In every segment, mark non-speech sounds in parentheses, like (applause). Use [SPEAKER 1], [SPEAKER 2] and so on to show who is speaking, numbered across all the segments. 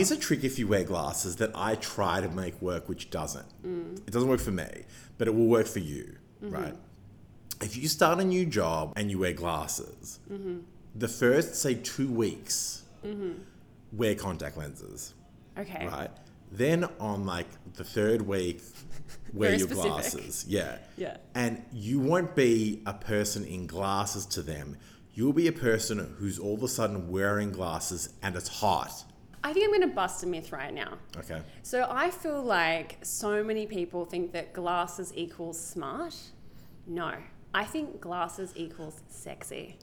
[SPEAKER 1] is a trick if you wear glasses that I try to make work, which doesn't.
[SPEAKER 2] Mm.
[SPEAKER 1] It doesn't work for me, but it will work for you,
[SPEAKER 2] Mm-hmm.
[SPEAKER 1] right? If you start a new job and you wear glasses,
[SPEAKER 2] Mm-hmm.
[SPEAKER 1] the first, say, two weeks, wear contact lenses,
[SPEAKER 2] Okay.
[SPEAKER 1] right? Then on like the third
[SPEAKER 2] (laughs)
[SPEAKER 1] week, wear
[SPEAKER 2] Very
[SPEAKER 1] your
[SPEAKER 2] specific.
[SPEAKER 1] glasses. Yeah.
[SPEAKER 2] Yeah.
[SPEAKER 1] And you won't be a person in glasses to them. You'll be a person who's all of a sudden wearing glasses and it's hot.
[SPEAKER 2] I think I'm going to bust a myth right now.
[SPEAKER 1] Okay.
[SPEAKER 2] So I feel like so many people think that glasses equals smart. No, I think glasses equals sexy.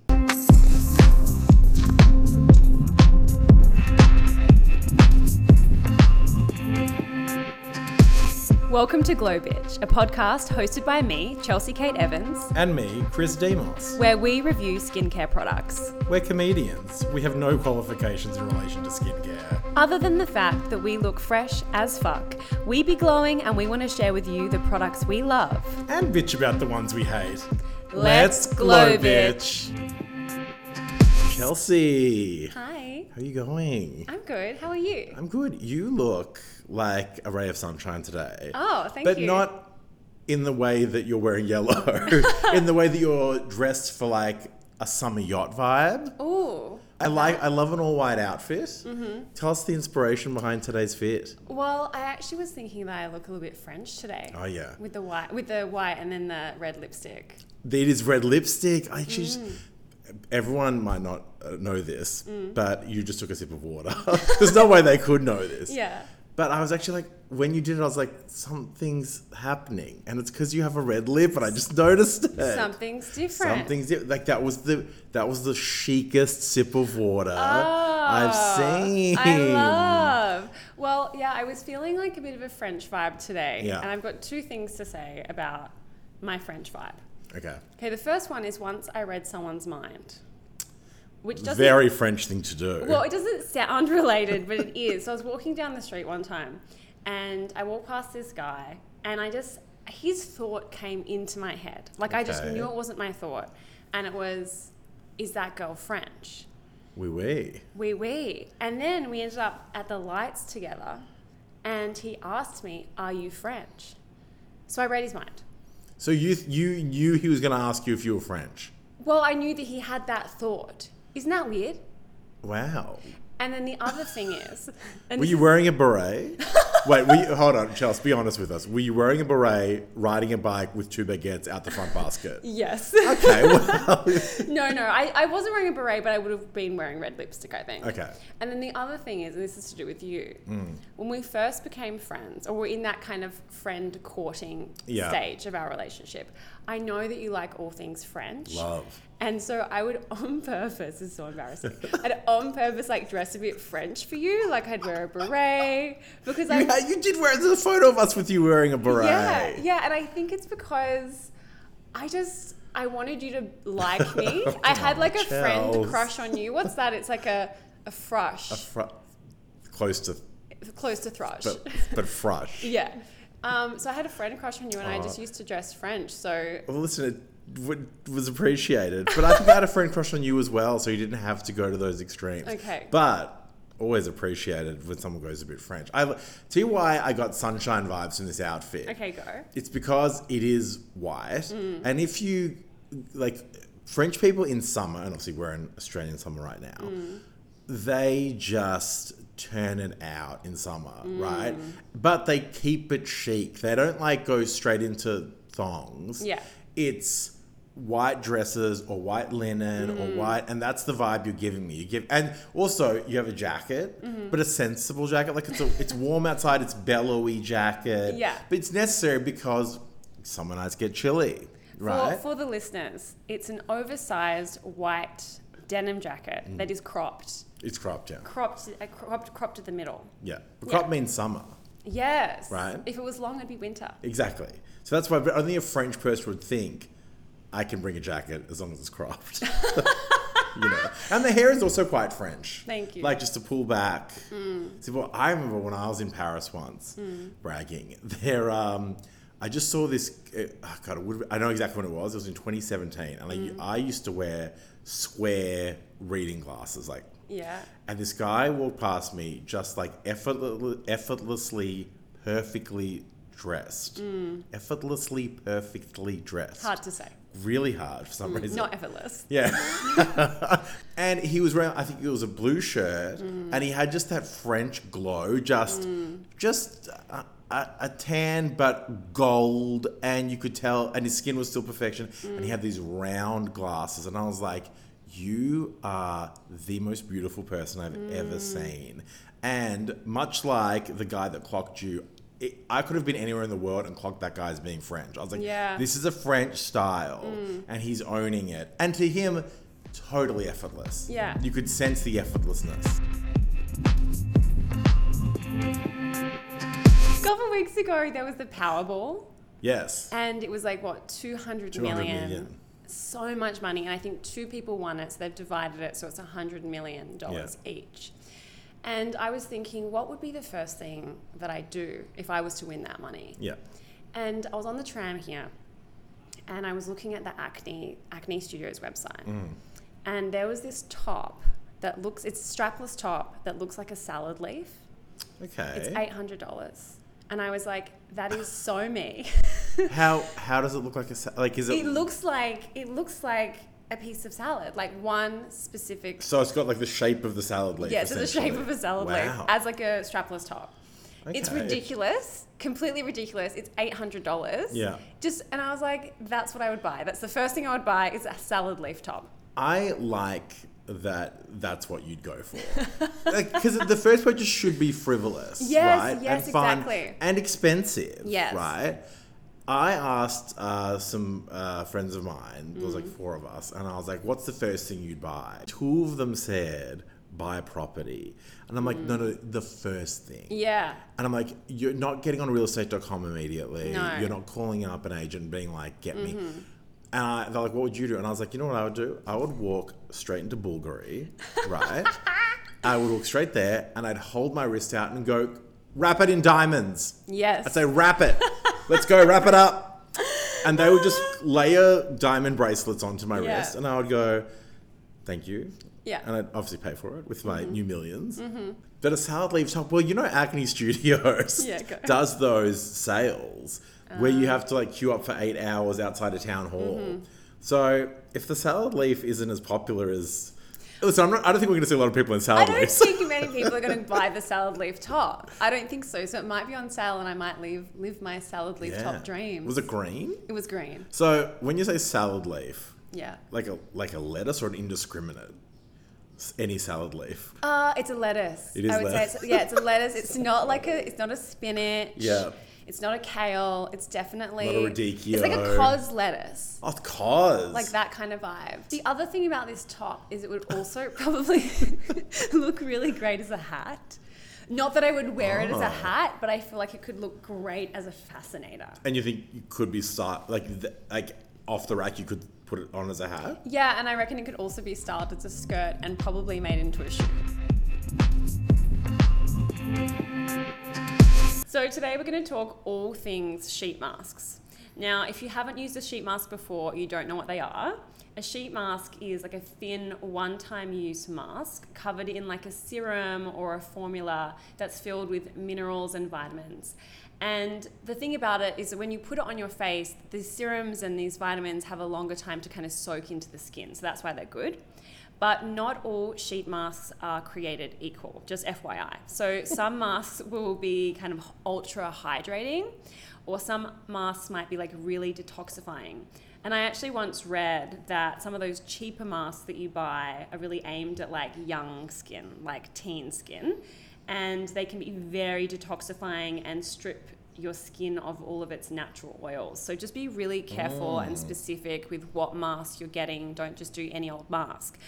[SPEAKER 2] Welcome to Glow Bitch, a podcast hosted by me, Chelsea Kate Evans,
[SPEAKER 1] And me, Chris Demos.
[SPEAKER 2] where we review skincare products.
[SPEAKER 1] We're comedians. We have no qualifications in relation to skincare.
[SPEAKER 2] Other than the fact that we look fresh as fuck, we be glowing and we want to share with you the products we love.
[SPEAKER 1] And bitch about the ones we hate.
[SPEAKER 2] Let's glow, bitch.
[SPEAKER 1] Chelsea, how
[SPEAKER 2] Hi,
[SPEAKER 1] are you going?
[SPEAKER 2] I'm good. How are you?
[SPEAKER 1] I'm good. You look like a ray of sunshine today.
[SPEAKER 2] Oh, thank
[SPEAKER 1] but
[SPEAKER 2] you.
[SPEAKER 1] not in the way that you're wearing yellow, (laughs) in the way that you're dressed for like a summer yacht vibe.
[SPEAKER 2] Ooh.
[SPEAKER 1] I like I love an all white outfit.
[SPEAKER 2] Mm-hmm.
[SPEAKER 1] Tell us the inspiration behind today's fit.
[SPEAKER 2] Well, I actually was thinking that I look a little bit French today.
[SPEAKER 1] Oh, yeah.
[SPEAKER 2] With the white, with the white, and then the red lipstick.
[SPEAKER 1] It is red lipstick. I actually just,
[SPEAKER 2] Mm.
[SPEAKER 1] everyone might not uh, know this, but you just took a sip of water. (laughs) There's no way they could know this.
[SPEAKER 2] Yeah.
[SPEAKER 1] But I was actually like, when you did it, I was like, something's happening, and it's because you have a red lip, and I just noticed it.
[SPEAKER 2] Something's different.
[SPEAKER 1] Something's di- like that was the that was the chicest sip of water
[SPEAKER 2] Oh,
[SPEAKER 1] I've seen.
[SPEAKER 2] I love. Well, yeah, I was feeling like a bit of a French vibe today,
[SPEAKER 1] Yeah.
[SPEAKER 2] and I've got two things to say about my French vibe.
[SPEAKER 1] Okay,
[SPEAKER 2] Okay, the first one is once I read someone's mind, which doesn't
[SPEAKER 1] very French thing to do.
[SPEAKER 2] Well, it doesn't sound (laughs) related, but it is. So I was walking down the street one time and I walked past this guy and I just, his thought came into my head. Like I just
[SPEAKER 1] Okay.
[SPEAKER 2] knew it wasn't my thought. And it was, is that girl French?
[SPEAKER 1] Wee wee.
[SPEAKER 2] Wee wee. And then we ended up at the lights together and he asked me, are you French? So I read his mind.
[SPEAKER 1] So you you knew he was going to ask you if you were French.
[SPEAKER 2] Well, I knew that he had that thought. Isn't that weird?
[SPEAKER 1] Wow.
[SPEAKER 2] And then the other thing is, and
[SPEAKER 1] Were
[SPEAKER 2] this
[SPEAKER 1] you
[SPEAKER 2] is-
[SPEAKER 1] wearing a beret? Wait, were you, hold on, Chelsea. Be honest with us. Were you wearing a beret, riding a bike with two baguettes out the front basket?
[SPEAKER 2] Yes. (laughs)
[SPEAKER 1] Okay. Wow.
[SPEAKER 2] No, no, I, I wasn't wearing a beret, but I would have been wearing red lipstick, I
[SPEAKER 1] (laughs)
[SPEAKER 2] think.
[SPEAKER 1] Okay.
[SPEAKER 2] And then the other thing is, and this is to do with you,
[SPEAKER 1] Hmm.
[SPEAKER 2] when we first became friends, or we're in that kind of friend courting
[SPEAKER 1] Yeah.
[SPEAKER 2] stage of our relationship, I know that you like all things French.
[SPEAKER 1] Love.
[SPEAKER 2] And so I would (laughs) on purpose, this is so embarrassing, I'd on purpose like dress a bit French for you, like I'd wear a beret, because I.
[SPEAKER 1] You, had- you did wear. There's a photo of us with you wearing a beret.
[SPEAKER 2] Yeah, yeah, and I think it's because I just I wanted you to
[SPEAKER 1] (laughs)
[SPEAKER 2] like me. I had like a friend
[SPEAKER 1] Chels.
[SPEAKER 2] crush on you. What's that? It's like a a frush,
[SPEAKER 1] Fr- close to,
[SPEAKER 2] close to thrush.
[SPEAKER 1] but, but frush.
[SPEAKER 2] (laughs) yeah. Um, so I had a friend crush on you, and I
[SPEAKER 1] Oh.
[SPEAKER 2] just used to dress French. So
[SPEAKER 1] Well, listen, it w- was appreciated, but I think I had a friend crush on you as well, so you didn't have to go to those extremes.
[SPEAKER 2] Okay.
[SPEAKER 1] But always appreciated when someone goes a bit French. I tell you why I got sunshine vibes from this outfit.
[SPEAKER 2] okay, go.
[SPEAKER 1] It's because it is white, and if you like French people in summer, and obviously we're in Australian summer right now, they just turn it out in summer, right? But they keep it chic. They don't like go straight into thongs.
[SPEAKER 2] Yeah.
[SPEAKER 1] it's white dresses or white linen or white and that's the vibe you're giving me you give and also you have a jacket but a sensible jacket like it's a, it's warm outside it's bellowy (laughs) jacket
[SPEAKER 2] Yeah.
[SPEAKER 1] but it's necessary because summer nights get chilly, right?
[SPEAKER 2] For, for the listeners, it's an oversized white denim jacket
[SPEAKER 1] Mm.
[SPEAKER 2] that is cropped,
[SPEAKER 1] it's cropped down.
[SPEAKER 2] cropped, uh, cropped, cropped to the middle.
[SPEAKER 1] Yeah. But
[SPEAKER 2] Yeah.
[SPEAKER 1] crop means summer.
[SPEAKER 2] Yes.
[SPEAKER 1] Right.
[SPEAKER 2] If it was long, it'd be winter.
[SPEAKER 1] Exactly. So that's why but only a French person would think I can bring a jacket as long as it's cropped. (laughs) you know. And the hair is also quite French.
[SPEAKER 2] Thank you. Mm.
[SPEAKER 1] Like just to pull back. See, well, I remember when I was in Paris once, bragging. There, um, I just saw this. Uh, oh God, it would. I know exactly when it
[SPEAKER 2] Mm.
[SPEAKER 1] was. It was in 2017, and I, I used to wear square reading glasses, like
[SPEAKER 2] Yeah.
[SPEAKER 1] And this guy walked past me just like effortless, effortlessly, perfectly dressed. Effortlessly, perfectly dressed.
[SPEAKER 2] Hard to say.
[SPEAKER 1] Really hard for some reason.
[SPEAKER 2] Not effortless.
[SPEAKER 1] Yeah. (laughs) and he was wearing, I think it was a blue shirt, and he had just that French glow, just, just a, a, a tan but gold, and you could tell, and his skin was still perfection, and he had these round glasses, and I was like, you are the most beautiful person I've ever seen. And much like the guy that clocked you, it, I could have been anywhere in the world and clocked that guy as being French. I was like,
[SPEAKER 2] Yeah.
[SPEAKER 1] this is a French style,
[SPEAKER 2] Mm.
[SPEAKER 1] and he's owning it. And to him, totally effortless.
[SPEAKER 2] Yeah.
[SPEAKER 1] You could sense the effortlessness.
[SPEAKER 2] A couple of weeks ago, there was the Powerball,
[SPEAKER 1] Yes.
[SPEAKER 2] and it was like, what, 200
[SPEAKER 1] 200
[SPEAKER 2] million?
[SPEAKER 1] million.
[SPEAKER 2] So much money. And I think two people won it, so they've divided it, so it's $100 million each. And I was thinking, what would be the first thing that I do if I was to win that money?
[SPEAKER 1] Yeah.
[SPEAKER 2] And I was on the tram here, and I was looking at the Acne Acne Studios website, and there was this top that looks it's a strapless top that looks like a salad leaf. It's
[SPEAKER 1] Okay.
[SPEAKER 2] eight hundred dollars, and I was like, that is so me. (laughs)
[SPEAKER 1] (laughs) how how does it look like a sa- like is it,
[SPEAKER 2] it looks like it looks like a piece of salad, like one specific.
[SPEAKER 1] so it's got like the shape of the salad leaf.
[SPEAKER 2] Yeah, so the shape
[SPEAKER 1] essentially.
[SPEAKER 2] of a salad
[SPEAKER 1] wow.
[SPEAKER 2] leaf as like a strapless top. It's
[SPEAKER 1] Okay.
[SPEAKER 2] ridiculous, completely ridiculous. It's eight hundred dollars.
[SPEAKER 1] Yeah.
[SPEAKER 2] Just and I was like, that's what I would buy. That's the first thing I would buy is a salad leaf top.
[SPEAKER 1] I like that that's what you'd go for. (laughs) Because the first purchase should be frivolous.
[SPEAKER 2] Yes,
[SPEAKER 1] right?
[SPEAKER 2] yes,
[SPEAKER 1] and fun
[SPEAKER 2] exactly.
[SPEAKER 1] And expensive.
[SPEAKER 2] Yes.
[SPEAKER 1] Right? I asked uh, some uh, friends of mine, there was
[SPEAKER 2] Mm.
[SPEAKER 1] like four of us, and I was like, what's the first thing you'd buy? Two of them said, buy property. And I'm like,
[SPEAKER 2] Mm.
[SPEAKER 1] no, no, the first thing.
[SPEAKER 2] Yeah.
[SPEAKER 1] And I'm like, you're not getting on realestate.com immediately.
[SPEAKER 2] No.
[SPEAKER 1] You're not calling up an agent and being like, get me. And I, they're like, what would you do? And I was like, you know what I would do? I would walk straight into Bulgari, right? I would walk straight there and I'd hold my wrist out and go, wrap it in diamonds.
[SPEAKER 2] Yes.
[SPEAKER 1] I'd say, wrap it. Let's go, wrap it up. And they would just layer diamond bracelets onto my
[SPEAKER 2] Yeah.
[SPEAKER 1] wrist. And I would go, thank you.
[SPEAKER 2] Yeah. Mm-hmm.
[SPEAKER 1] And I'd obviously pay for it with my new 1000000s But a salad leaf top, well, you know, Acne Studios
[SPEAKER 2] Yeah, go. Ah.
[SPEAKER 1] does those sales where you have to like queue up for eight hours outside a town hall.
[SPEAKER 2] Mm-hmm.
[SPEAKER 1] So if the salad leaf isn't as popular as. Listen, I'm not, I don't think we're going to see a lot of people in
[SPEAKER 2] I
[SPEAKER 1] salad
[SPEAKER 2] don't
[SPEAKER 1] leaves.
[SPEAKER 2] think many people are going to buy the salad leaf top. I don't think so. So it might be on sale, and I might live live my salad
[SPEAKER 1] (laughs)
[SPEAKER 2] leaf top dream.
[SPEAKER 1] Was it green?
[SPEAKER 2] It was green.
[SPEAKER 1] So when you say salad leaf,
[SPEAKER 2] Yeah.
[SPEAKER 1] like a like a lettuce or an indiscriminate s- any salad leaf.
[SPEAKER 2] Uh, it's a lettuce.
[SPEAKER 1] It is
[SPEAKER 2] I would
[SPEAKER 1] lettuce.
[SPEAKER 2] say it's, yeah,
[SPEAKER 1] (laughs)
[SPEAKER 2] it's a lettuce. It's not like a it's not a spinach.
[SPEAKER 1] Yeah.
[SPEAKER 2] It's not a kale. It's definitely
[SPEAKER 1] Not a radicchio.
[SPEAKER 2] It's like a cos lettuce.
[SPEAKER 1] Oh, cause
[SPEAKER 2] Like that kind of vibe. The other thing about this top is it would also (laughs) probably look really great as a hat. Not that I would wear it as
[SPEAKER 1] Oh.
[SPEAKER 2] a hat, but I feel like it could look great as a fascinator.
[SPEAKER 1] And you think you could be start like th- like off the rack? You could put it on as a hat.
[SPEAKER 2] Yeah, and I reckon it could also be styled as a skirt and probably made into a shoe. So today we're going to talk all things sheet masks. Now, if you haven't used a sheet mask before, you don't know what they are. A sheet mask is like a thin one-time use mask covered in like a serum or a formula that's filled with minerals and vitamins. And the thing about it is that when you put it on your face, the serums and these vitamins have a longer time to kind of soak into the skin. So that's why they're good. But not all sheet masks are created equal, just FYI. So some masks will be kind of ultra hydrating, or some masks might be like really detoxifying. And I actually once read that some of those cheaper masks that you buy are really aimed at like young skin, like teen skin, and they can be very detoxifying and strip your skin of all of its natural oils. So just be really careful and specific with what mask you're getting. Don't just do any old mask.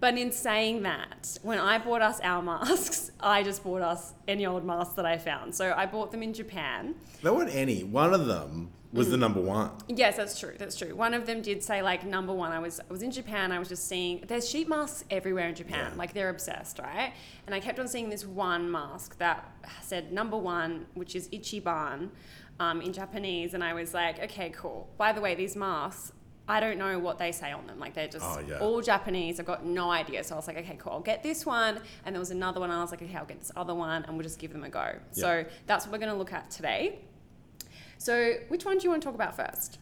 [SPEAKER 2] But in saying that, when I bought us our (laughs) masks, I just bought us any old mask that I found. So I bought them in Japan.
[SPEAKER 1] There weren't any. One of them was
[SPEAKER 2] Hmm.
[SPEAKER 1] the number one.
[SPEAKER 2] Yes, that's true. That's true. One of them did say like number one. I was I was in Japan. I was just seeing there's sheet masks everywhere in Japan.
[SPEAKER 1] Yeah.
[SPEAKER 2] Like they're obsessed, right? And I kept on seeing this one mask that said number one, which is ichiban um, in Japanese. And I was like, okay, cool. By the way, these masks I don't know what they say on them. Like they're just
[SPEAKER 1] Oh, yeah.
[SPEAKER 2] all Japanese. I've got no idea. So I was like, okay, cool. I'll get this one. And there was another one. I was like, okay, I'll get this other one, and we'll just give them a go. So that's what we're going to look at today. So which one do you want to talk about first?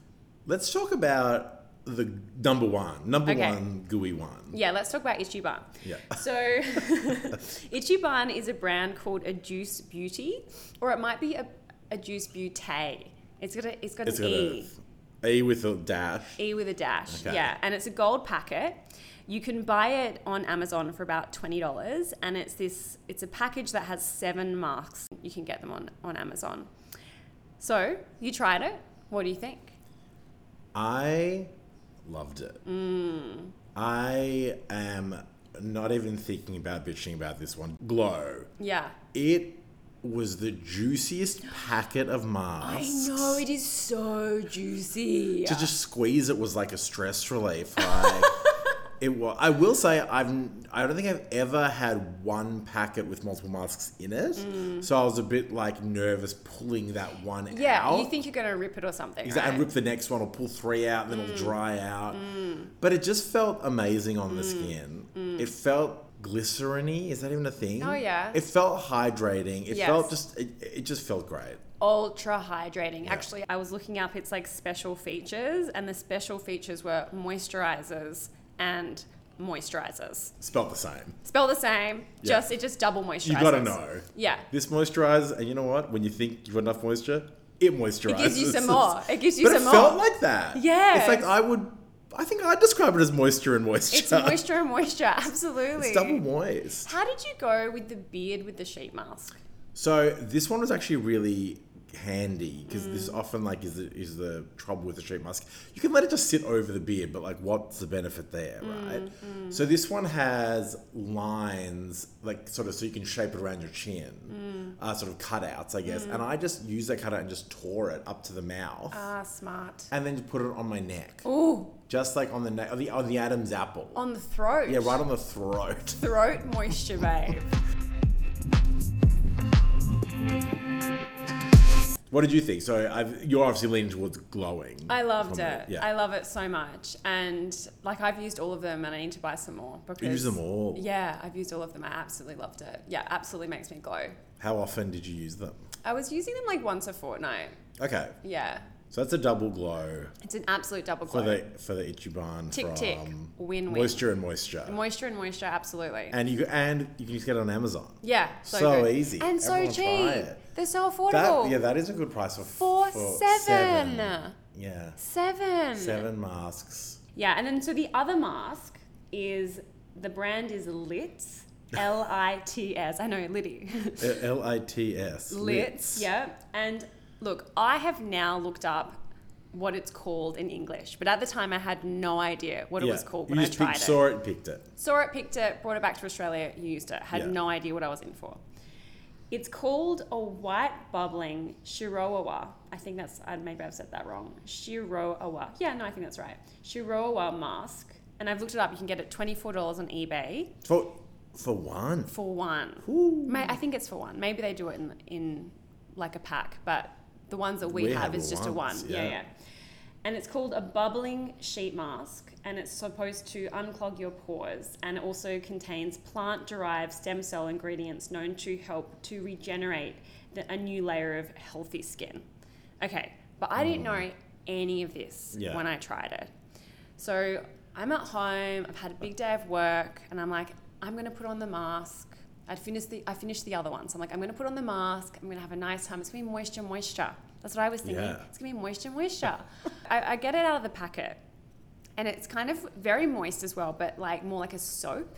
[SPEAKER 1] Let's talk about the number one, number
[SPEAKER 2] Okay.
[SPEAKER 1] one gooey one.
[SPEAKER 2] Yeah, let's talk about Ichiban.
[SPEAKER 1] Yeah.
[SPEAKER 2] So, (laughs) Ichiban is a brand called a Juice Beauty, or it might be a, a Juice Beauté. It's got a, it's
[SPEAKER 1] (laughs)
[SPEAKER 2] got
[SPEAKER 1] It's
[SPEAKER 2] an
[SPEAKER 1] got
[SPEAKER 2] E.
[SPEAKER 1] a A with a dash.
[SPEAKER 2] E with a dash.
[SPEAKER 1] Okay.
[SPEAKER 2] Yeah. And it's a gold packet. You can buy it on Amazon for about twenty dollars, and it's this. It's a package that has seven masks. You can get them on on Amazon. So you tried it. What do you think?
[SPEAKER 1] I loved it.
[SPEAKER 2] Hmm.
[SPEAKER 1] I am not even thinking about bitching about this one. Glow.
[SPEAKER 2] Yeah.
[SPEAKER 1] It was the juiciest packet of
[SPEAKER 2] I
[SPEAKER 1] masks.
[SPEAKER 2] know it is so juicy.
[SPEAKER 1] To just squeeze it was like a stress
[SPEAKER 2] (laughs)
[SPEAKER 1] relief. Like it was. I will say I've. I don't think I've ever had one packet with multiple masks in it. So I was a bit like nervous pulling that one
[SPEAKER 2] Mm. yeah.
[SPEAKER 1] out.
[SPEAKER 2] You think you're gonna rip it or something?
[SPEAKER 1] Exactly.
[SPEAKER 2] right? Mm.
[SPEAKER 1] And rip the next one or pull three out, then it'll dry out. But it just felt amazing on the
[SPEAKER 2] Mm.
[SPEAKER 1] skin. It felt glyceriny. Is that even a thing?
[SPEAKER 2] Oh, yeah.
[SPEAKER 1] It felt hydrating. It
[SPEAKER 2] Yes.
[SPEAKER 1] felt just. It, it just felt great.
[SPEAKER 2] ultra hydrating. Actually, I was looking up its like special features, and the special features were moisturizers and moisturizers.
[SPEAKER 1] Spelt the same.
[SPEAKER 2] Spell the same,
[SPEAKER 1] Yeah.
[SPEAKER 2] just it just double moisturizes.
[SPEAKER 1] You gotta know.
[SPEAKER 2] Yeah.
[SPEAKER 1] This moisturizer, and you know what? When you think you've got enough moisture, it moisturizes.
[SPEAKER 2] It gives you some more. It gives you
[SPEAKER 1] But
[SPEAKER 2] some
[SPEAKER 1] it
[SPEAKER 2] more.
[SPEAKER 1] felt like that. In
[SPEAKER 2] Yes.
[SPEAKER 1] fact, I would. I think I'd describe it as moisture and moisture.
[SPEAKER 2] it's moisture and moisture,
[SPEAKER 1] (laughs)
[SPEAKER 2] absolutely.
[SPEAKER 1] It's double moist.
[SPEAKER 2] How did you go with the beard with the sheet mask?
[SPEAKER 1] So this one was actually really handy because this
[SPEAKER 2] Mm.
[SPEAKER 1] often like is the, is the trouble with the sheet mask. You can let it just sit over the beard, but like what's the benefit there,
[SPEAKER 2] Mm,
[SPEAKER 1] right? So this one has lines like sort of so you can shape it around your chin,
[SPEAKER 2] Mm.
[SPEAKER 1] uh, sort of cutouts, I guess. And I just used that cutout and just tore it up to the mouth.
[SPEAKER 2] Ah, smart.
[SPEAKER 1] and then put it on my neck,
[SPEAKER 2] Ooh, Oh,
[SPEAKER 1] just like on the neck, on the, on the Adam's apple.
[SPEAKER 2] on the throat.
[SPEAKER 1] yeah, right on the throat.
[SPEAKER 2] Throat moisture, babe.
[SPEAKER 1] What did you think? So I've, you're obviously leaning towards glowing.
[SPEAKER 2] I loved
[SPEAKER 1] from the-
[SPEAKER 2] it. I love it so much. And like I've used all of them and I need to buy some more because
[SPEAKER 1] You use them all.
[SPEAKER 2] Yeah, I've used all of them. I absolutely loved it. Yeah, absolutely makes me glow.
[SPEAKER 1] How often did you use them?
[SPEAKER 2] I was using them like once a fortnight.
[SPEAKER 1] Okay,
[SPEAKER 2] Yeah.
[SPEAKER 1] so that's a double glow
[SPEAKER 2] It's an absolute double
[SPEAKER 1] for
[SPEAKER 2] glow.
[SPEAKER 1] the for the Ichiban
[SPEAKER 2] Tick,
[SPEAKER 1] from
[SPEAKER 2] tick. Win, win.
[SPEAKER 1] moisture and moisture,
[SPEAKER 2] moisture and moisture, absolutely.
[SPEAKER 1] and you and you can just get it on Amazon.
[SPEAKER 2] yeah, so,
[SPEAKER 1] So
[SPEAKER 2] good.
[SPEAKER 1] easy.
[SPEAKER 2] And so
[SPEAKER 1] Everyone
[SPEAKER 2] cheap.
[SPEAKER 1] try it.
[SPEAKER 2] They're so
[SPEAKER 1] That
[SPEAKER 2] affordable.
[SPEAKER 1] yeah, that is a good price for f-
[SPEAKER 2] For
[SPEAKER 1] for
[SPEAKER 2] seven.
[SPEAKER 1] Yeah,
[SPEAKER 2] Seven.
[SPEAKER 1] seven masks.
[SPEAKER 2] Yeah, and then so the other mask is the brand is Lit. L I T S. I know, Liddy. (laughs)
[SPEAKER 1] Uh, L I T S.
[SPEAKER 2] Lits. Yeah. And look, I have now looked up what it's called in English, but at the time I had no idea what it was called when
[SPEAKER 1] you
[SPEAKER 2] I
[SPEAKER 1] just
[SPEAKER 2] tried
[SPEAKER 1] picked,
[SPEAKER 2] it.
[SPEAKER 1] saw it, picked it.
[SPEAKER 2] Saw it, picked it, brought it back to Australia, used it. Had
[SPEAKER 1] Yeah.
[SPEAKER 2] no idea what I was in for. It's called a white bubbling Shiroawa. I think that's, I maybe I've said that wrong. Shiroawa. Yeah, no, I think that's right. Shiroawa mask. And I've looked it up. You can get it $24 on eBay
[SPEAKER 1] For for one.
[SPEAKER 2] for one.
[SPEAKER 1] Ooh.
[SPEAKER 2] May, I think it's for one. Maybe they do it in, in like a pack, but the ones that we,
[SPEAKER 1] We
[SPEAKER 2] have
[SPEAKER 1] have
[SPEAKER 2] is just
[SPEAKER 1] ones,
[SPEAKER 2] a one. Yeah. yeah,
[SPEAKER 1] yeah.
[SPEAKER 2] And it's called a bubbling sheet mask, and it's supposed to unclog your pores, and it also contains plant-derived stem cell ingredients known to help to regenerate the, a new layer of healthy skin. Okay, but I didn't know any of this
[SPEAKER 1] Yeah.
[SPEAKER 2] when I tried it. So I'm at home. I've had a big day of work, and I'm like, I'm gonna put on the mask. I'd finished the I finished the other one, so I'm like, I'm gonna put on the mask. I'm gonna have a nice time. It's gonna be moisture, moisture. That's what I was thinking.
[SPEAKER 1] Yeah.
[SPEAKER 2] It's gonna be moisture, moisture. (laughs) I, I get it out of the packet, and it's kind of very moist as well, but like more like a soap.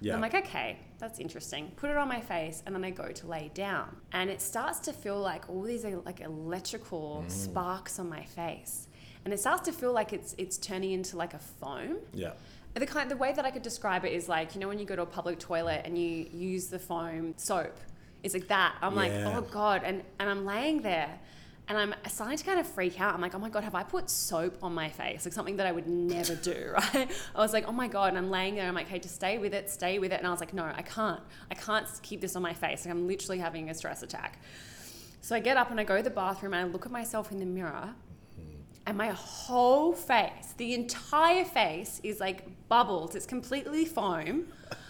[SPEAKER 1] Yeah.
[SPEAKER 2] I'm like, okay, that's interesting. Put it on my face, and then I go to lay down, and it starts to feel like all these uh, like electrical sparks on my face, and it starts to feel like it's it's turning into like a foam.
[SPEAKER 1] yeah.
[SPEAKER 2] The kind the way that I could describe it is like you know when you go to a public toilet and you use the foam soap, it's like that. I'm like,
[SPEAKER 1] Yeah.
[SPEAKER 2] oh god, and and I'm laying there. And I'm starting to kind of freak out. I'm like, oh my God, have I put soap on my face? Like something that I would never do, (laughs) right? I was like, oh my God. And I'm laying there. I'm like, hey, just stay with it, stay with it. And I was like, no, I can't. I can't keep this on my face. Like I'm literally having a stress attack. So I get up and I go to the bathroom and I look at myself in the mirror and my whole face, the entire face is like bubbles. It's completely foam.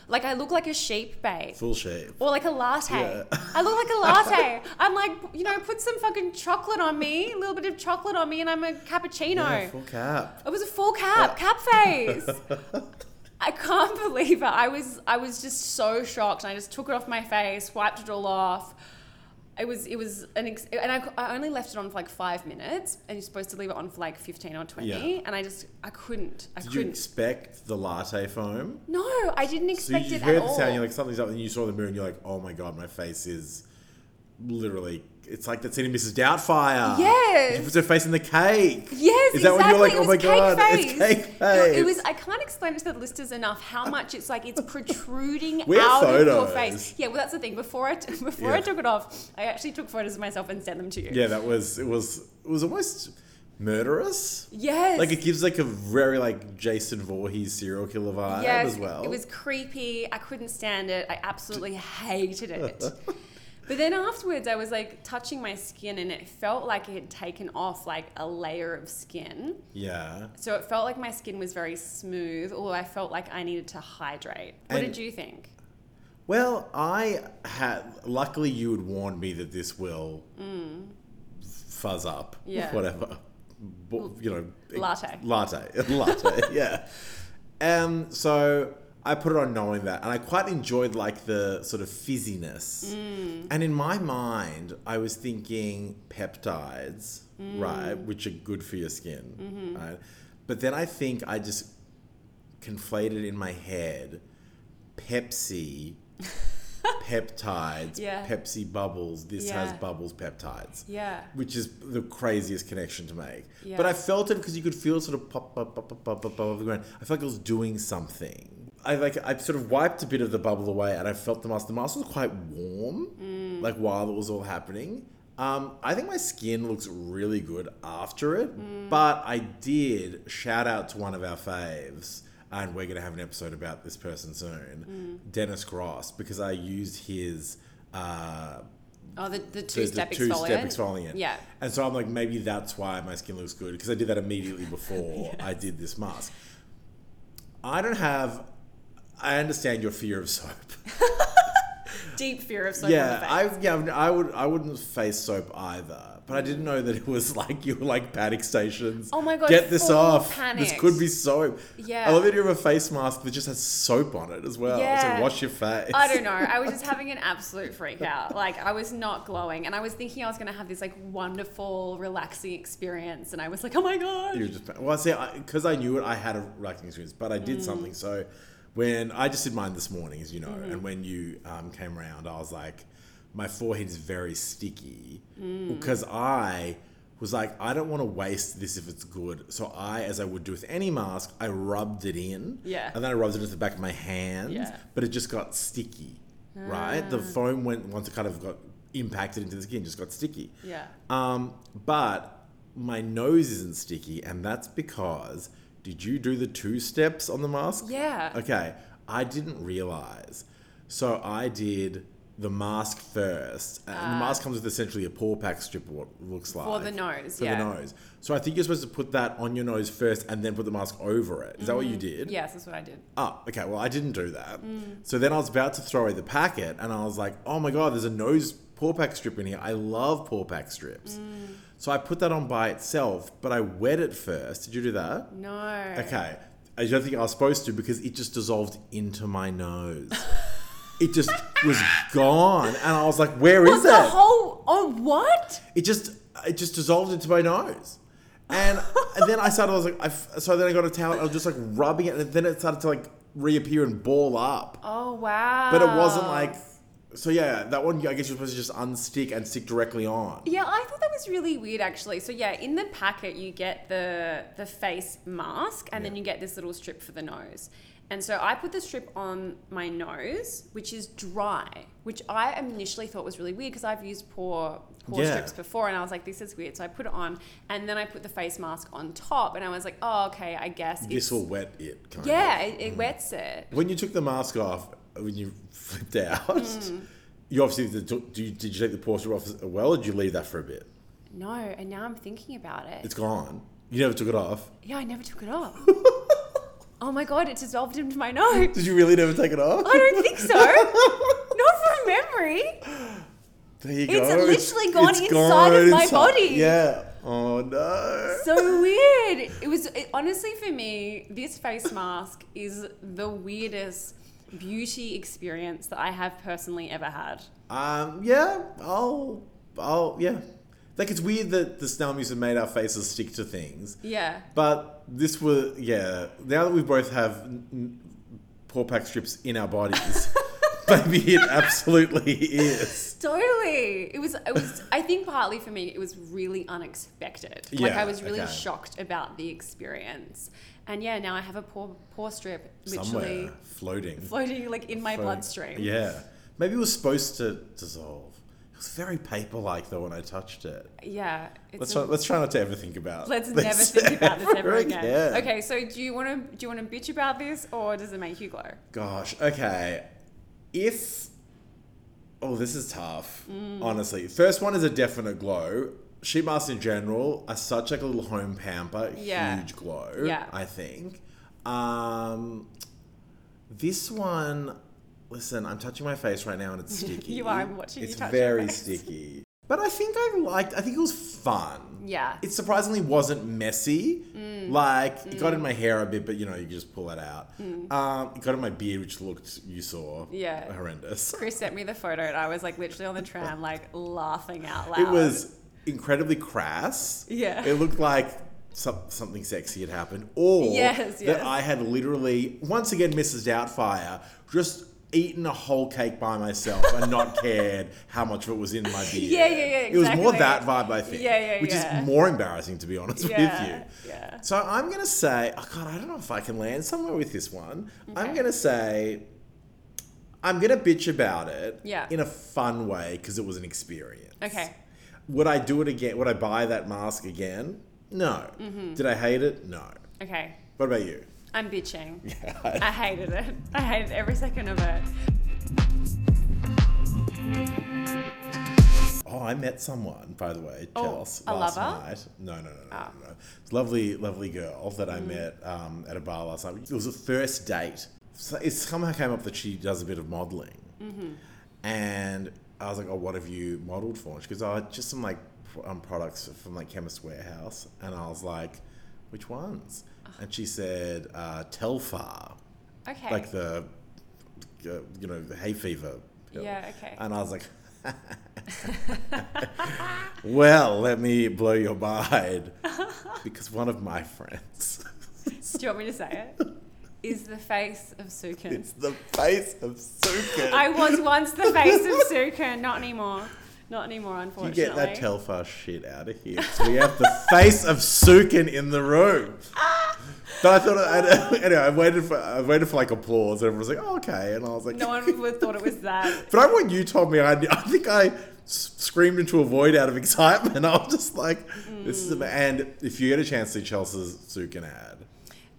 [SPEAKER 2] Like I look like a sheep, babe.
[SPEAKER 1] Full shape.
[SPEAKER 2] Or like a latte.
[SPEAKER 1] Yeah.
[SPEAKER 2] I look like
[SPEAKER 1] (laughs)
[SPEAKER 2] a latte. I'm like, you know, put some fucking chocolate on me, a little bit of chocolate on me, and I'm a cappuccino.
[SPEAKER 1] Yeah, full cap.
[SPEAKER 2] It was a full cap,
[SPEAKER 1] (laughs)
[SPEAKER 2] cap face. I can't believe it. I was I was just so shocked. I just took it off my face, wiped it all off. It was it was an ex- and I, c- I only left it on for like five minutes, and you're supposed to leave it on for like fifteen or twenty.
[SPEAKER 1] Yeah.
[SPEAKER 2] And I just I couldn't. I
[SPEAKER 1] Did you
[SPEAKER 2] couldn't.
[SPEAKER 1] expect the latte foam?
[SPEAKER 2] no, I didn't
[SPEAKER 1] So
[SPEAKER 2] expect
[SPEAKER 1] you
[SPEAKER 2] it
[SPEAKER 1] heard
[SPEAKER 2] at
[SPEAKER 1] the
[SPEAKER 2] all.
[SPEAKER 1] sound, you're like something's up, and you saw the mirror, and you're like, oh my god, my face is literally. It's like that scene in Mrs. Doubtfire.
[SPEAKER 2] Yes.
[SPEAKER 1] She puts her face in the cake.
[SPEAKER 2] Yes,
[SPEAKER 1] Is that
[SPEAKER 2] exactly.
[SPEAKER 1] when you're like,
[SPEAKER 2] it
[SPEAKER 1] oh
[SPEAKER 2] was
[SPEAKER 1] my
[SPEAKER 2] cake
[SPEAKER 1] god,
[SPEAKER 2] face.
[SPEAKER 1] it's cake
[SPEAKER 2] No,
[SPEAKER 1] face?
[SPEAKER 2] It was. I can't explain it to the listeners enough how much it's like it's protruding
[SPEAKER 1] (laughs) We have
[SPEAKER 2] out of
[SPEAKER 1] photos.
[SPEAKER 2] your face. Yeah, well, that's the thing. Before I t- (laughs) before I
[SPEAKER 1] Yeah.
[SPEAKER 2] took it off, I actually took photos of myself and sent them to you.
[SPEAKER 1] Yeah, that was. It was. It was almost murderous.
[SPEAKER 2] Yes.
[SPEAKER 1] Like it gives like a very like Jason Voorhees serial killer vibe
[SPEAKER 2] yes,
[SPEAKER 1] as well.
[SPEAKER 2] It was creepy. I couldn't stand it. I absolutely
[SPEAKER 1] (laughs)
[SPEAKER 2] hated it. But then afterwards, I was like touching my skin, and it felt like it had taken off like a layer of skin.
[SPEAKER 1] Yeah.
[SPEAKER 2] So it felt like my skin was very smooth, although I felt like I needed to hydrate. What
[SPEAKER 1] And-
[SPEAKER 2] did you think?
[SPEAKER 1] Well, I had. Luckily, you had warned me that this will fuzz up.
[SPEAKER 2] Yeah.
[SPEAKER 1] Whatever. Bu- you know. it-
[SPEAKER 2] Latte.
[SPEAKER 1] Latte. (laughs) Latte. yeah. Um. So I put it on knowing that, and I quite enjoyed like the sort of fizziness.
[SPEAKER 2] Mm.
[SPEAKER 1] And in my mind, I was thinking peptides,
[SPEAKER 2] Mm.
[SPEAKER 1] right, which are good for your skin,
[SPEAKER 2] Mm-hmm.
[SPEAKER 1] right. But then I think I just conflated in my head
[SPEAKER 2] (laughs)
[SPEAKER 1] Pepsi, peptides,
[SPEAKER 2] Yeah.
[SPEAKER 1] Pepsi bubbles. This has
[SPEAKER 2] Yeah.
[SPEAKER 1] bubbles, peptides,
[SPEAKER 2] Yeah.
[SPEAKER 1] which is the craziest connection to make. But
[SPEAKER 2] Yeah.
[SPEAKER 1] I felt it because you could feel it sort of pop, pop, pop, pop, pop, pop, pop, the ground. I felt like it was doing something. I like I sort of wiped a bit of the bubble away, and I felt the mask. The mask was quite warm,
[SPEAKER 2] Mm.
[SPEAKER 1] like while it was all happening. Um, I think my skin looks really good after it,
[SPEAKER 2] Mm.
[SPEAKER 1] but I did shout out to one of our faves, and we're gonna have an episode about this person soon,
[SPEAKER 2] Mm.
[SPEAKER 1] Dennis Gross, because I used his uh,
[SPEAKER 2] Oh, the, the
[SPEAKER 1] the-
[SPEAKER 2] two step
[SPEAKER 1] the two-step
[SPEAKER 2] exfoliant.
[SPEAKER 1] exfoliant.
[SPEAKER 2] Yeah.
[SPEAKER 1] And so I'm like, maybe that's why my skin looks good because I did that immediately
[SPEAKER 2] (laughs)
[SPEAKER 1] before I did this mask. I don't have. I understand your fear of soap.
[SPEAKER 2] Deep fear of
[SPEAKER 1] (laughs)
[SPEAKER 2] soap. on
[SPEAKER 1] yeah,
[SPEAKER 2] the face.
[SPEAKER 1] I yeah, I would I wouldn't face soap either. But I didn't know that it was (laughs) like you were like panic stations.
[SPEAKER 2] Oh my God,
[SPEAKER 1] Get this
[SPEAKER 2] full
[SPEAKER 1] off. This
[SPEAKER 2] panic.
[SPEAKER 1] could be soap.
[SPEAKER 2] Yeah.
[SPEAKER 1] I love the idea of a face mask that just has soap on it as well.
[SPEAKER 2] Yeah.
[SPEAKER 1] So wash your face.
[SPEAKER 2] I don't know. I was just having an absolute freak out. Like I was not glowing, and I was thinking I was going to have this like wonderful, relaxing experience, and I was like, oh my god.
[SPEAKER 1] You were just well, see, because I, knew it, I had a racking experience, but I did
[SPEAKER 2] Mm.
[SPEAKER 1] something. So when I just did mine this morning, as you know,
[SPEAKER 2] Mm-hmm.
[SPEAKER 1] and when you um, came around, I was like, my forehead is very sticky
[SPEAKER 2] Mm.
[SPEAKER 1] because I was like, I don't want to waste this if it's good. So I, as I would do with any mask, I rubbed it in,
[SPEAKER 2] Yeah.
[SPEAKER 1] and then I rubbed it into the back of my hand,
[SPEAKER 2] Yeah. Ah.
[SPEAKER 1] but it just got sticky, right? The foam went once it kind of got impacted into the skin, just got sticky.
[SPEAKER 2] Yeah.
[SPEAKER 1] Um, but my nose isn't sticky, and that's because did you do the two steps on the mask?
[SPEAKER 2] Yeah.
[SPEAKER 1] Okay, I didn't realize. So I did the mask first, and the mask comes with essentially a paw pack strip, of what it looks like
[SPEAKER 2] Ah. For the nose,
[SPEAKER 1] for
[SPEAKER 2] yeah.
[SPEAKER 1] the nose. So I think you're supposed to put that on your nose first, and then put the mask over it. Is that what
[SPEAKER 2] Mm-hmm.
[SPEAKER 1] you did?
[SPEAKER 2] Yes, that's what I did.
[SPEAKER 1] Oh, okay. Well, I didn't do that.
[SPEAKER 2] Mm.
[SPEAKER 1] So then I was about to throw away the packet, and I was like, "Oh my god, there's a nose paw pack strip in here. I love paw pack strips."
[SPEAKER 2] Mm.
[SPEAKER 1] So I put that on by itself, but I wet it first. Did you do that?
[SPEAKER 2] No.
[SPEAKER 1] Okay. I don't think I was supposed to because it just dissolved into my
[SPEAKER 2] (laughs)
[SPEAKER 1] nose. it just was gone, and I was like, "Where
[SPEAKER 2] What
[SPEAKER 1] is
[SPEAKER 2] the
[SPEAKER 1] it?"
[SPEAKER 2] whole? Oh, what?
[SPEAKER 1] it just it just dissolved into my nose.
[SPEAKER 2] (laughs)
[SPEAKER 1] And, and then I started, I was like, I f so then I got a towel, I was just like rubbing it, and then it started to like reappear and ball up.
[SPEAKER 2] Oh wow.
[SPEAKER 1] But it wasn't
[SPEAKER 2] Ah.
[SPEAKER 1] like, so yeah, that one, I guess you're supposed to just unstick and stick directly on.
[SPEAKER 2] Yeah, I thought that was really weird actually. So yeah, in the packet you get the the face mask and then
[SPEAKER 1] Yeah.
[SPEAKER 2] you get this little strip for the nose. And so I put the strip on my nose, which is dry, which I initially thought was really weird because I've used poor poor
[SPEAKER 1] Yeah.
[SPEAKER 2] strips before and I was like this is weird. So I put it on and then I put the face mask on top and I was like, "Oh, okay, I guess it's-
[SPEAKER 1] This will Mm. wet it, kind
[SPEAKER 2] (laughs) Yeah, it, it wets it.
[SPEAKER 1] of. When you took the mask off, when you (laughs) flipped out,
[SPEAKER 2] Mm.
[SPEAKER 1] you obviously, did, do you, did you take the portrait off as well, or did you leave that for a bit?
[SPEAKER 2] No, and now I'm thinking about it.
[SPEAKER 1] It's gone. You never took it off.
[SPEAKER 2] Yeah, I never took it
[SPEAKER 1] (laughs)
[SPEAKER 2] off. oh my god, it dissolved into my nose.
[SPEAKER 1] Did you really never take it off?
[SPEAKER 2] I don't think so.
[SPEAKER 1] (laughs)
[SPEAKER 2] Not from memory.
[SPEAKER 1] There you
[SPEAKER 2] It's
[SPEAKER 1] go.
[SPEAKER 2] literally gone inside of my body.
[SPEAKER 1] Yeah. Oh no.
[SPEAKER 2] So weird. It was it, honestly for me, this face mask is the weirdest beauty experience that I have personally ever had.
[SPEAKER 1] Um, yeah, I'll, I'll, yeah. Like it's weird that the snail music made our faces stick to things,
[SPEAKER 2] Yeah.
[SPEAKER 1] but this was, yeah. Now that we both have n- n- poor pack strips in our bodies,
[SPEAKER 2] (laughs)
[SPEAKER 1] maybe it absolutely is.
[SPEAKER 2] Totally. It was. It was. I think partly for me, it was really unexpected. like
[SPEAKER 1] Yeah,
[SPEAKER 2] I was really
[SPEAKER 1] okay.
[SPEAKER 2] shocked about the experience. And yeah, now I have a poor, poor strip literally
[SPEAKER 1] Somewhere floating,
[SPEAKER 2] floating like in my
[SPEAKER 1] Floating.
[SPEAKER 2] bloodstream.
[SPEAKER 1] Yeah, maybe it was supposed to dissolve. It was very paper-like though when I touched it.
[SPEAKER 2] Yeah. It's
[SPEAKER 1] Let's
[SPEAKER 2] a-
[SPEAKER 1] try, let's try not to ever think about. (laughs)
[SPEAKER 2] let's
[SPEAKER 1] this
[SPEAKER 2] never think about this
[SPEAKER 1] (laughs)
[SPEAKER 2] ever again.
[SPEAKER 1] again.
[SPEAKER 2] Okay. So do you want to do you want to bitch about this or does it make you glow?
[SPEAKER 1] Gosh, okay. If oh, this is tough.
[SPEAKER 2] Mm.
[SPEAKER 1] Honestly, first one is a definite glow. Sheet masks in general are such like a little home pamper,
[SPEAKER 2] Yeah.
[SPEAKER 1] huge glow.
[SPEAKER 2] Yeah.
[SPEAKER 1] I think. Um, this one, listen, I'm touching my face right now and
[SPEAKER 2] (laughs)
[SPEAKER 1] it's sticky.
[SPEAKER 2] You are, I'm watching you
[SPEAKER 1] It's
[SPEAKER 2] touch your
[SPEAKER 1] very
[SPEAKER 2] face.
[SPEAKER 1] sticky, but I think I liked. I think it was fun.
[SPEAKER 2] Yeah. Mm.
[SPEAKER 1] It surprisingly wasn't messy. Like it got in my hair a bit, but you know you could just pull that out. Um, it got in my beard, which looked you saw
[SPEAKER 2] Mm. Yeah.
[SPEAKER 1] horrendous. (laughs)
[SPEAKER 2] Chris sent me the photo and I was like literally on the tram like laughing out loud.
[SPEAKER 1] It was incredibly crass.
[SPEAKER 2] Um, Yeah.
[SPEAKER 1] It looked like some, something sexy had happened, or
[SPEAKER 2] Yes, yes.
[SPEAKER 1] that I had literally once again Mrs. Doubtfire just eaten a whole cake by myself and
[SPEAKER 2] (laughs)
[SPEAKER 1] not cared how much of it was in my beard.
[SPEAKER 2] Yeah, yeah, yeah,
[SPEAKER 1] It was more
[SPEAKER 2] exactly.
[SPEAKER 1] that vibe, I think.
[SPEAKER 2] Yeah, yeah,
[SPEAKER 1] Which
[SPEAKER 2] yeah.
[SPEAKER 1] is more embarrassing, to be honest
[SPEAKER 2] Yeah,
[SPEAKER 1] with you.
[SPEAKER 2] yeah.
[SPEAKER 1] So I'm gonna say, oh god, I don't know if I can land somewhere with this one. I'm gonna say, I'm gonna bitch about it.
[SPEAKER 2] Yeah.
[SPEAKER 1] In a fun way because it was an experience.
[SPEAKER 2] Okay.
[SPEAKER 1] Would I do it again? Would I buy that mask again? No.
[SPEAKER 2] Mm-hmm.
[SPEAKER 1] Did I hate it? No.
[SPEAKER 2] Okay.
[SPEAKER 1] What about you?
[SPEAKER 2] I'm bitching. I hated it. I hated every second of it.
[SPEAKER 1] Oh, I met someone, by the way,
[SPEAKER 2] Oh,
[SPEAKER 1] Chels,
[SPEAKER 2] a
[SPEAKER 1] last
[SPEAKER 2] lover? Ah.
[SPEAKER 1] night. No, no, no, no, no, no. It's a lovely, lovely girl that
[SPEAKER 2] Mm-hmm.
[SPEAKER 1] I met um, at a bar last night. It was a first date. So it somehow came up that she does a bit of modeling.
[SPEAKER 2] Mm-hmm.
[SPEAKER 1] And I was like, oh, what have you modeled for? And she goes, oh, just some like pr- um, products from like Chemist Warehouse. And I was like, which ones?
[SPEAKER 2] Ah.
[SPEAKER 1] And she said, uh, Telfar,
[SPEAKER 2] Okay.
[SPEAKER 1] like the, uh, you know, the hay fever pill.
[SPEAKER 2] yeah, okay.
[SPEAKER 1] And I was like, (laughs) well, let me blow your mind.
[SPEAKER 2] (laughs)
[SPEAKER 1] Because one of my friends,
[SPEAKER 2] Do you want me to say
[SPEAKER 1] (laughs)
[SPEAKER 2] it? Is the face of Sukun.
[SPEAKER 1] it's the face of Sukin.
[SPEAKER 2] I was once the face
[SPEAKER 1] (laughs)
[SPEAKER 2] of Sukun, not anymore. Not anymore,
[SPEAKER 1] you
[SPEAKER 2] unfortunately.
[SPEAKER 1] get that Telfast shit out of here. So we have the face of Sukin in the
[SPEAKER 2] (laughs)
[SPEAKER 1] room. But I thought, I, (laughs) anyway, I waited for I waited for like applause, and everyone was like, oh, "Okay," and I was like,
[SPEAKER 2] No one would have thought it was that.
[SPEAKER 1] But I, when you told me, I, I think I s- screamed into a void out of excitement. (laughs) I was just like, "This is."
[SPEAKER 2] Mm.
[SPEAKER 1] Am- and if you get a chance to see Chelsea's Sukin ad,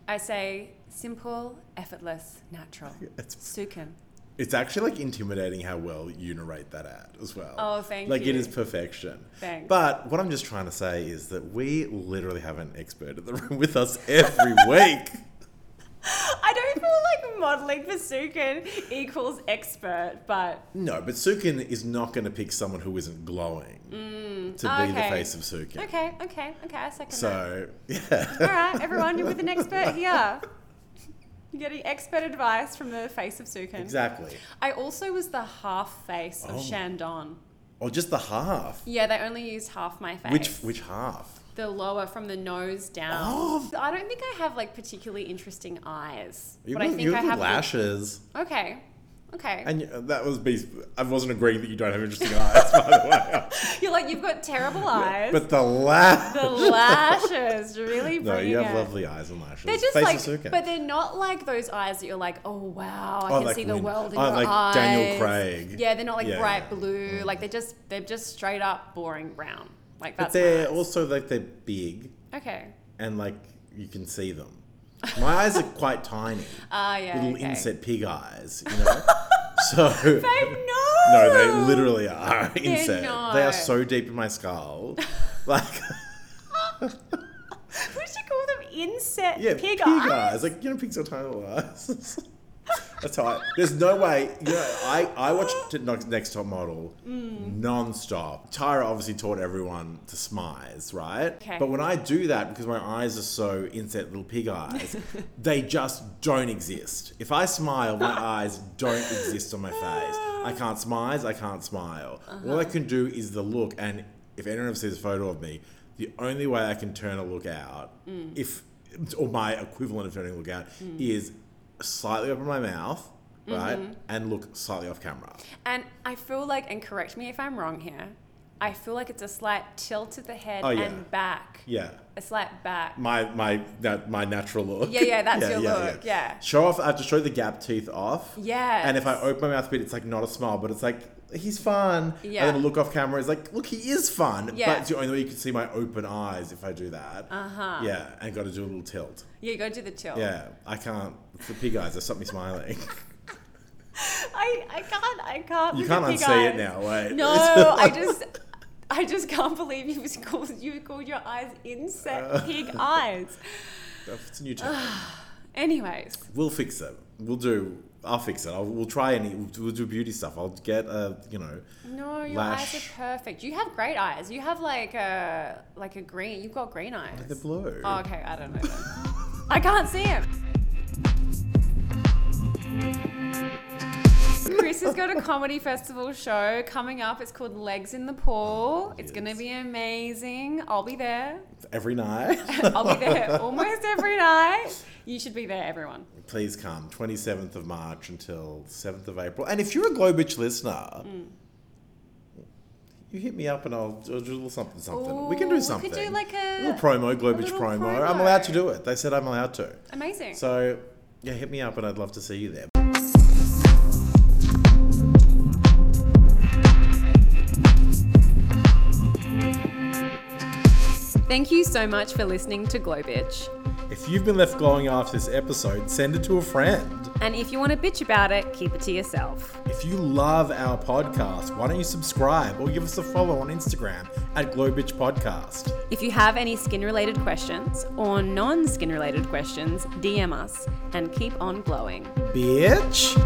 [SPEAKER 2] I say simple, effortless, natural.
[SPEAKER 1] it's
[SPEAKER 2] Sukun.
[SPEAKER 1] it's actually like intimidating how well you narrate that ad as well.
[SPEAKER 2] Oh, thank
[SPEAKER 1] like it
[SPEAKER 2] you.
[SPEAKER 1] is perfection.
[SPEAKER 2] Thanks.
[SPEAKER 1] But what I'm just trying to say is that we literally have an expert in the room with us
[SPEAKER 2] (laughs)
[SPEAKER 1] every week.
[SPEAKER 2] (gasps) I don't feel like modeling for Sukun equals expert, but
[SPEAKER 1] No, but Sukin is not going to pick someone who isn't glowing to be the
[SPEAKER 2] Mm. Okay.
[SPEAKER 1] face of Sukin.
[SPEAKER 2] okay, okay, okay, I second that.
[SPEAKER 1] So yeah.
[SPEAKER 2] All right, everyone, you're with an expert
[SPEAKER 1] (laughs)
[SPEAKER 2] here. You're getting expert advice from the face of Sukun.
[SPEAKER 1] Exactly.
[SPEAKER 2] I also was the half face of
[SPEAKER 1] Oh.
[SPEAKER 2] Shandon.
[SPEAKER 1] Or just the half.
[SPEAKER 2] Yeah, they only used half my face.
[SPEAKER 1] Which which half?
[SPEAKER 2] The lower from the nose down.
[SPEAKER 1] Oh.
[SPEAKER 2] I don't think I have like particularly interesting eyes.
[SPEAKER 1] You
[SPEAKER 2] but I
[SPEAKER 1] wouldn't-
[SPEAKER 2] think
[SPEAKER 1] you
[SPEAKER 2] I
[SPEAKER 1] wouldn't
[SPEAKER 2] have the-
[SPEAKER 1] lashes,
[SPEAKER 2] Okay. Okay.
[SPEAKER 1] and you- that was bas I wasn't agreeing that you don't have interesting eyes, by the way.
[SPEAKER 2] (laughs) You're like you've got terrible eyes.
[SPEAKER 1] But the lash.
[SPEAKER 2] the lashes really bring
[SPEAKER 1] No, you have
[SPEAKER 2] it.
[SPEAKER 1] lovely eyes and lashes.
[SPEAKER 2] They're just
[SPEAKER 1] Face
[SPEAKER 2] like,
[SPEAKER 1] of Sukin.
[SPEAKER 2] but they're not like those eyes that you're like, oh wow, I
[SPEAKER 1] Oh,
[SPEAKER 2] can
[SPEAKER 1] like
[SPEAKER 2] see the
[SPEAKER 1] Lin-
[SPEAKER 2] world in
[SPEAKER 1] oh,
[SPEAKER 2] your
[SPEAKER 1] like
[SPEAKER 2] eyes.
[SPEAKER 1] Daniel Craig.
[SPEAKER 2] Yeah, they're not like
[SPEAKER 1] Yeah,
[SPEAKER 2] bright
[SPEAKER 1] yeah.
[SPEAKER 2] blue. Like they're just they're just straight up boring brown. Like
[SPEAKER 1] But
[SPEAKER 2] that's
[SPEAKER 1] they're
[SPEAKER 2] my eyes.
[SPEAKER 1] also like they're big
[SPEAKER 2] okay.
[SPEAKER 1] and like you can see them. My eyes are quite
[SPEAKER 2] (laughs)
[SPEAKER 1] tiny,
[SPEAKER 2] Ah yeah.
[SPEAKER 1] little
[SPEAKER 2] okay.
[SPEAKER 1] inset pig eyes, you
[SPEAKER 2] (laughs)
[SPEAKER 1] know. so
[SPEAKER 2] Babe, no.
[SPEAKER 1] no, they literally are inset. They
[SPEAKER 2] not. (laughs)
[SPEAKER 1] are so deep in my skull, like.
[SPEAKER 2] Which inset
[SPEAKER 1] Yeah,
[SPEAKER 2] pig, eyes.
[SPEAKER 1] Like, you know, pigs are tiny eyes. (laughs) That's how I, there's no way. You know, I, I watched Next Next Top Model
[SPEAKER 2] Mm.
[SPEAKER 1] non-stop. Tyra obviously taught everyone to smize, right?
[SPEAKER 2] Okay.
[SPEAKER 1] But when I do that, because my eyes are so inset little pig eyes, they just don't exist. If I smile, my eyes don't exist on my face. I can't smize, I can't smile. All I can do is the look. And if anyone ever sees a photo of me, the only way I can turn a look out, if or my equivalent of turning a look out, is slightly open my mouth, right, and look slightly off camera.
[SPEAKER 2] And I feel like, and correct me if I'm wrong here, I feel like it's a slight tilt of the head
[SPEAKER 1] Oh, yeah.
[SPEAKER 2] and back.
[SPEAKER 1] Yeah,
[SPEAKER 2] A slight back.
[SPEAKER 1] my my that my natural look.
[SPEAKER 2] Yeah, yeah,
[SPEAKER 1] (laughs)
[SPEAKER 2] that's your look, yeah.
[SPEAKER 1] Show off. I have to show the gap teeth off.
[SPEAKER 2] Yes.
[SPEAKER 1] And if I open my mouth a bit, it's like not a smile, but it's like he's fun.
[SPEAKER 2] Yeah.
[SPEAKER 1] And then a look off camera is like, look, he is fun.
[SPEAKER 2] Yeah. Uh-huh.
[SPEAKER 1] But it's the only way you can see my open eyes if I do that. Uh huh. Yeah, and got to do a little tilt.
[SPEAKER 2] Yeah, you gotta do the tilt.
[SPEAKER 1] Yeah, I can't. It's the pig eyes. There's something
[SPEAKER 2] (laughs)
[SPEAKER 1] smiling.
[SPEAKER 2] I, I can't, I can't.
[SPEAKER 1] You
[SPEAKER 2] with the
[SPEAKER 1] can't
[SPEAKER 2] pig
[SPEAKER 1] unsee it
[SPEAKER 2] eyes.
[SPEAKER 1] now, wait. (laughs)
[SPEAKER 2] No, I just, I just can't believe you was called, you called your eyes
[SPEAKER 1] Uh.
[SPEAKER 2] inset pig eyes.
[SPEAKER 1] It's a new term.
[SPEAKER 2] Anyways,
[SPEAKER 1] We'll fix it. We'll do. I'll fix it. I'll, we'll try any. We'll, we'll do beauty stuff. I'll get a. You know.
[SPEAKER 2] no, your eyes
[SPEAKER 1] Lash.
[SPEAKER 2] are perfect. You have great eyes. You have like a, like a green. You've got green eyes.
[SPEAKER 1] The blue.
[SPEAKER 2] Oh, okay, I don't know. then. I can't see him. Chris has got a comedy festival show coming up. It's called Legs in the Pool. It's going to
[SPEAKER 1] Yes.
[SPEAKER 2] be amazing. I'll be there.
[SPEAKER 1] Every night. (laughs)
[SPEAKER 2] I'll be there almost every night. You should be there, everyone.
[SPEAKER 1] Please come. Twenty seventh of March until seventh of April. And if you're a Glow Bitch listener. You hit me up and I'll, I'll do a little something, something. we can
[SPEAKER 2] Ooh, we
[SPEAKER 1] do
[SPEAKER 2] could
[SPEAKER 1] something.
[SPEAKER 2] do like a-
[SPEAKER 1] little promo, Glow
[SPEAKER 2] a
[SPEAKER 1] Bitch
[SPEAKER 2] little
[SPEAKER 1] promo.
[SPEAKER 2] promo.
[SPEAKER 1] I'm allowed to do it. They said I'm allowed to.
[SPEAKER 2] Amazing.
[SPEAKER 1] So, yeah, hit me up and I'd love to see you there.
[SPEAKER 2] Thank you so much for listening to Glow Bitch.
[SPEAKER 1] If you've been left glowing after this episode, send it to a friend.
[SPEAKER 2] And if you want to bitch about it, keep it to yourself.
[SPEAKER 1] If you love our podcast, why don't you subscribe or give us a follow on Instagram at Glowbitch Podcast?
[SPEAKER 2] If you have any skin related questions or non skin related questions, DM us and keep on glowing.
[SPEAKER 1] Bitch!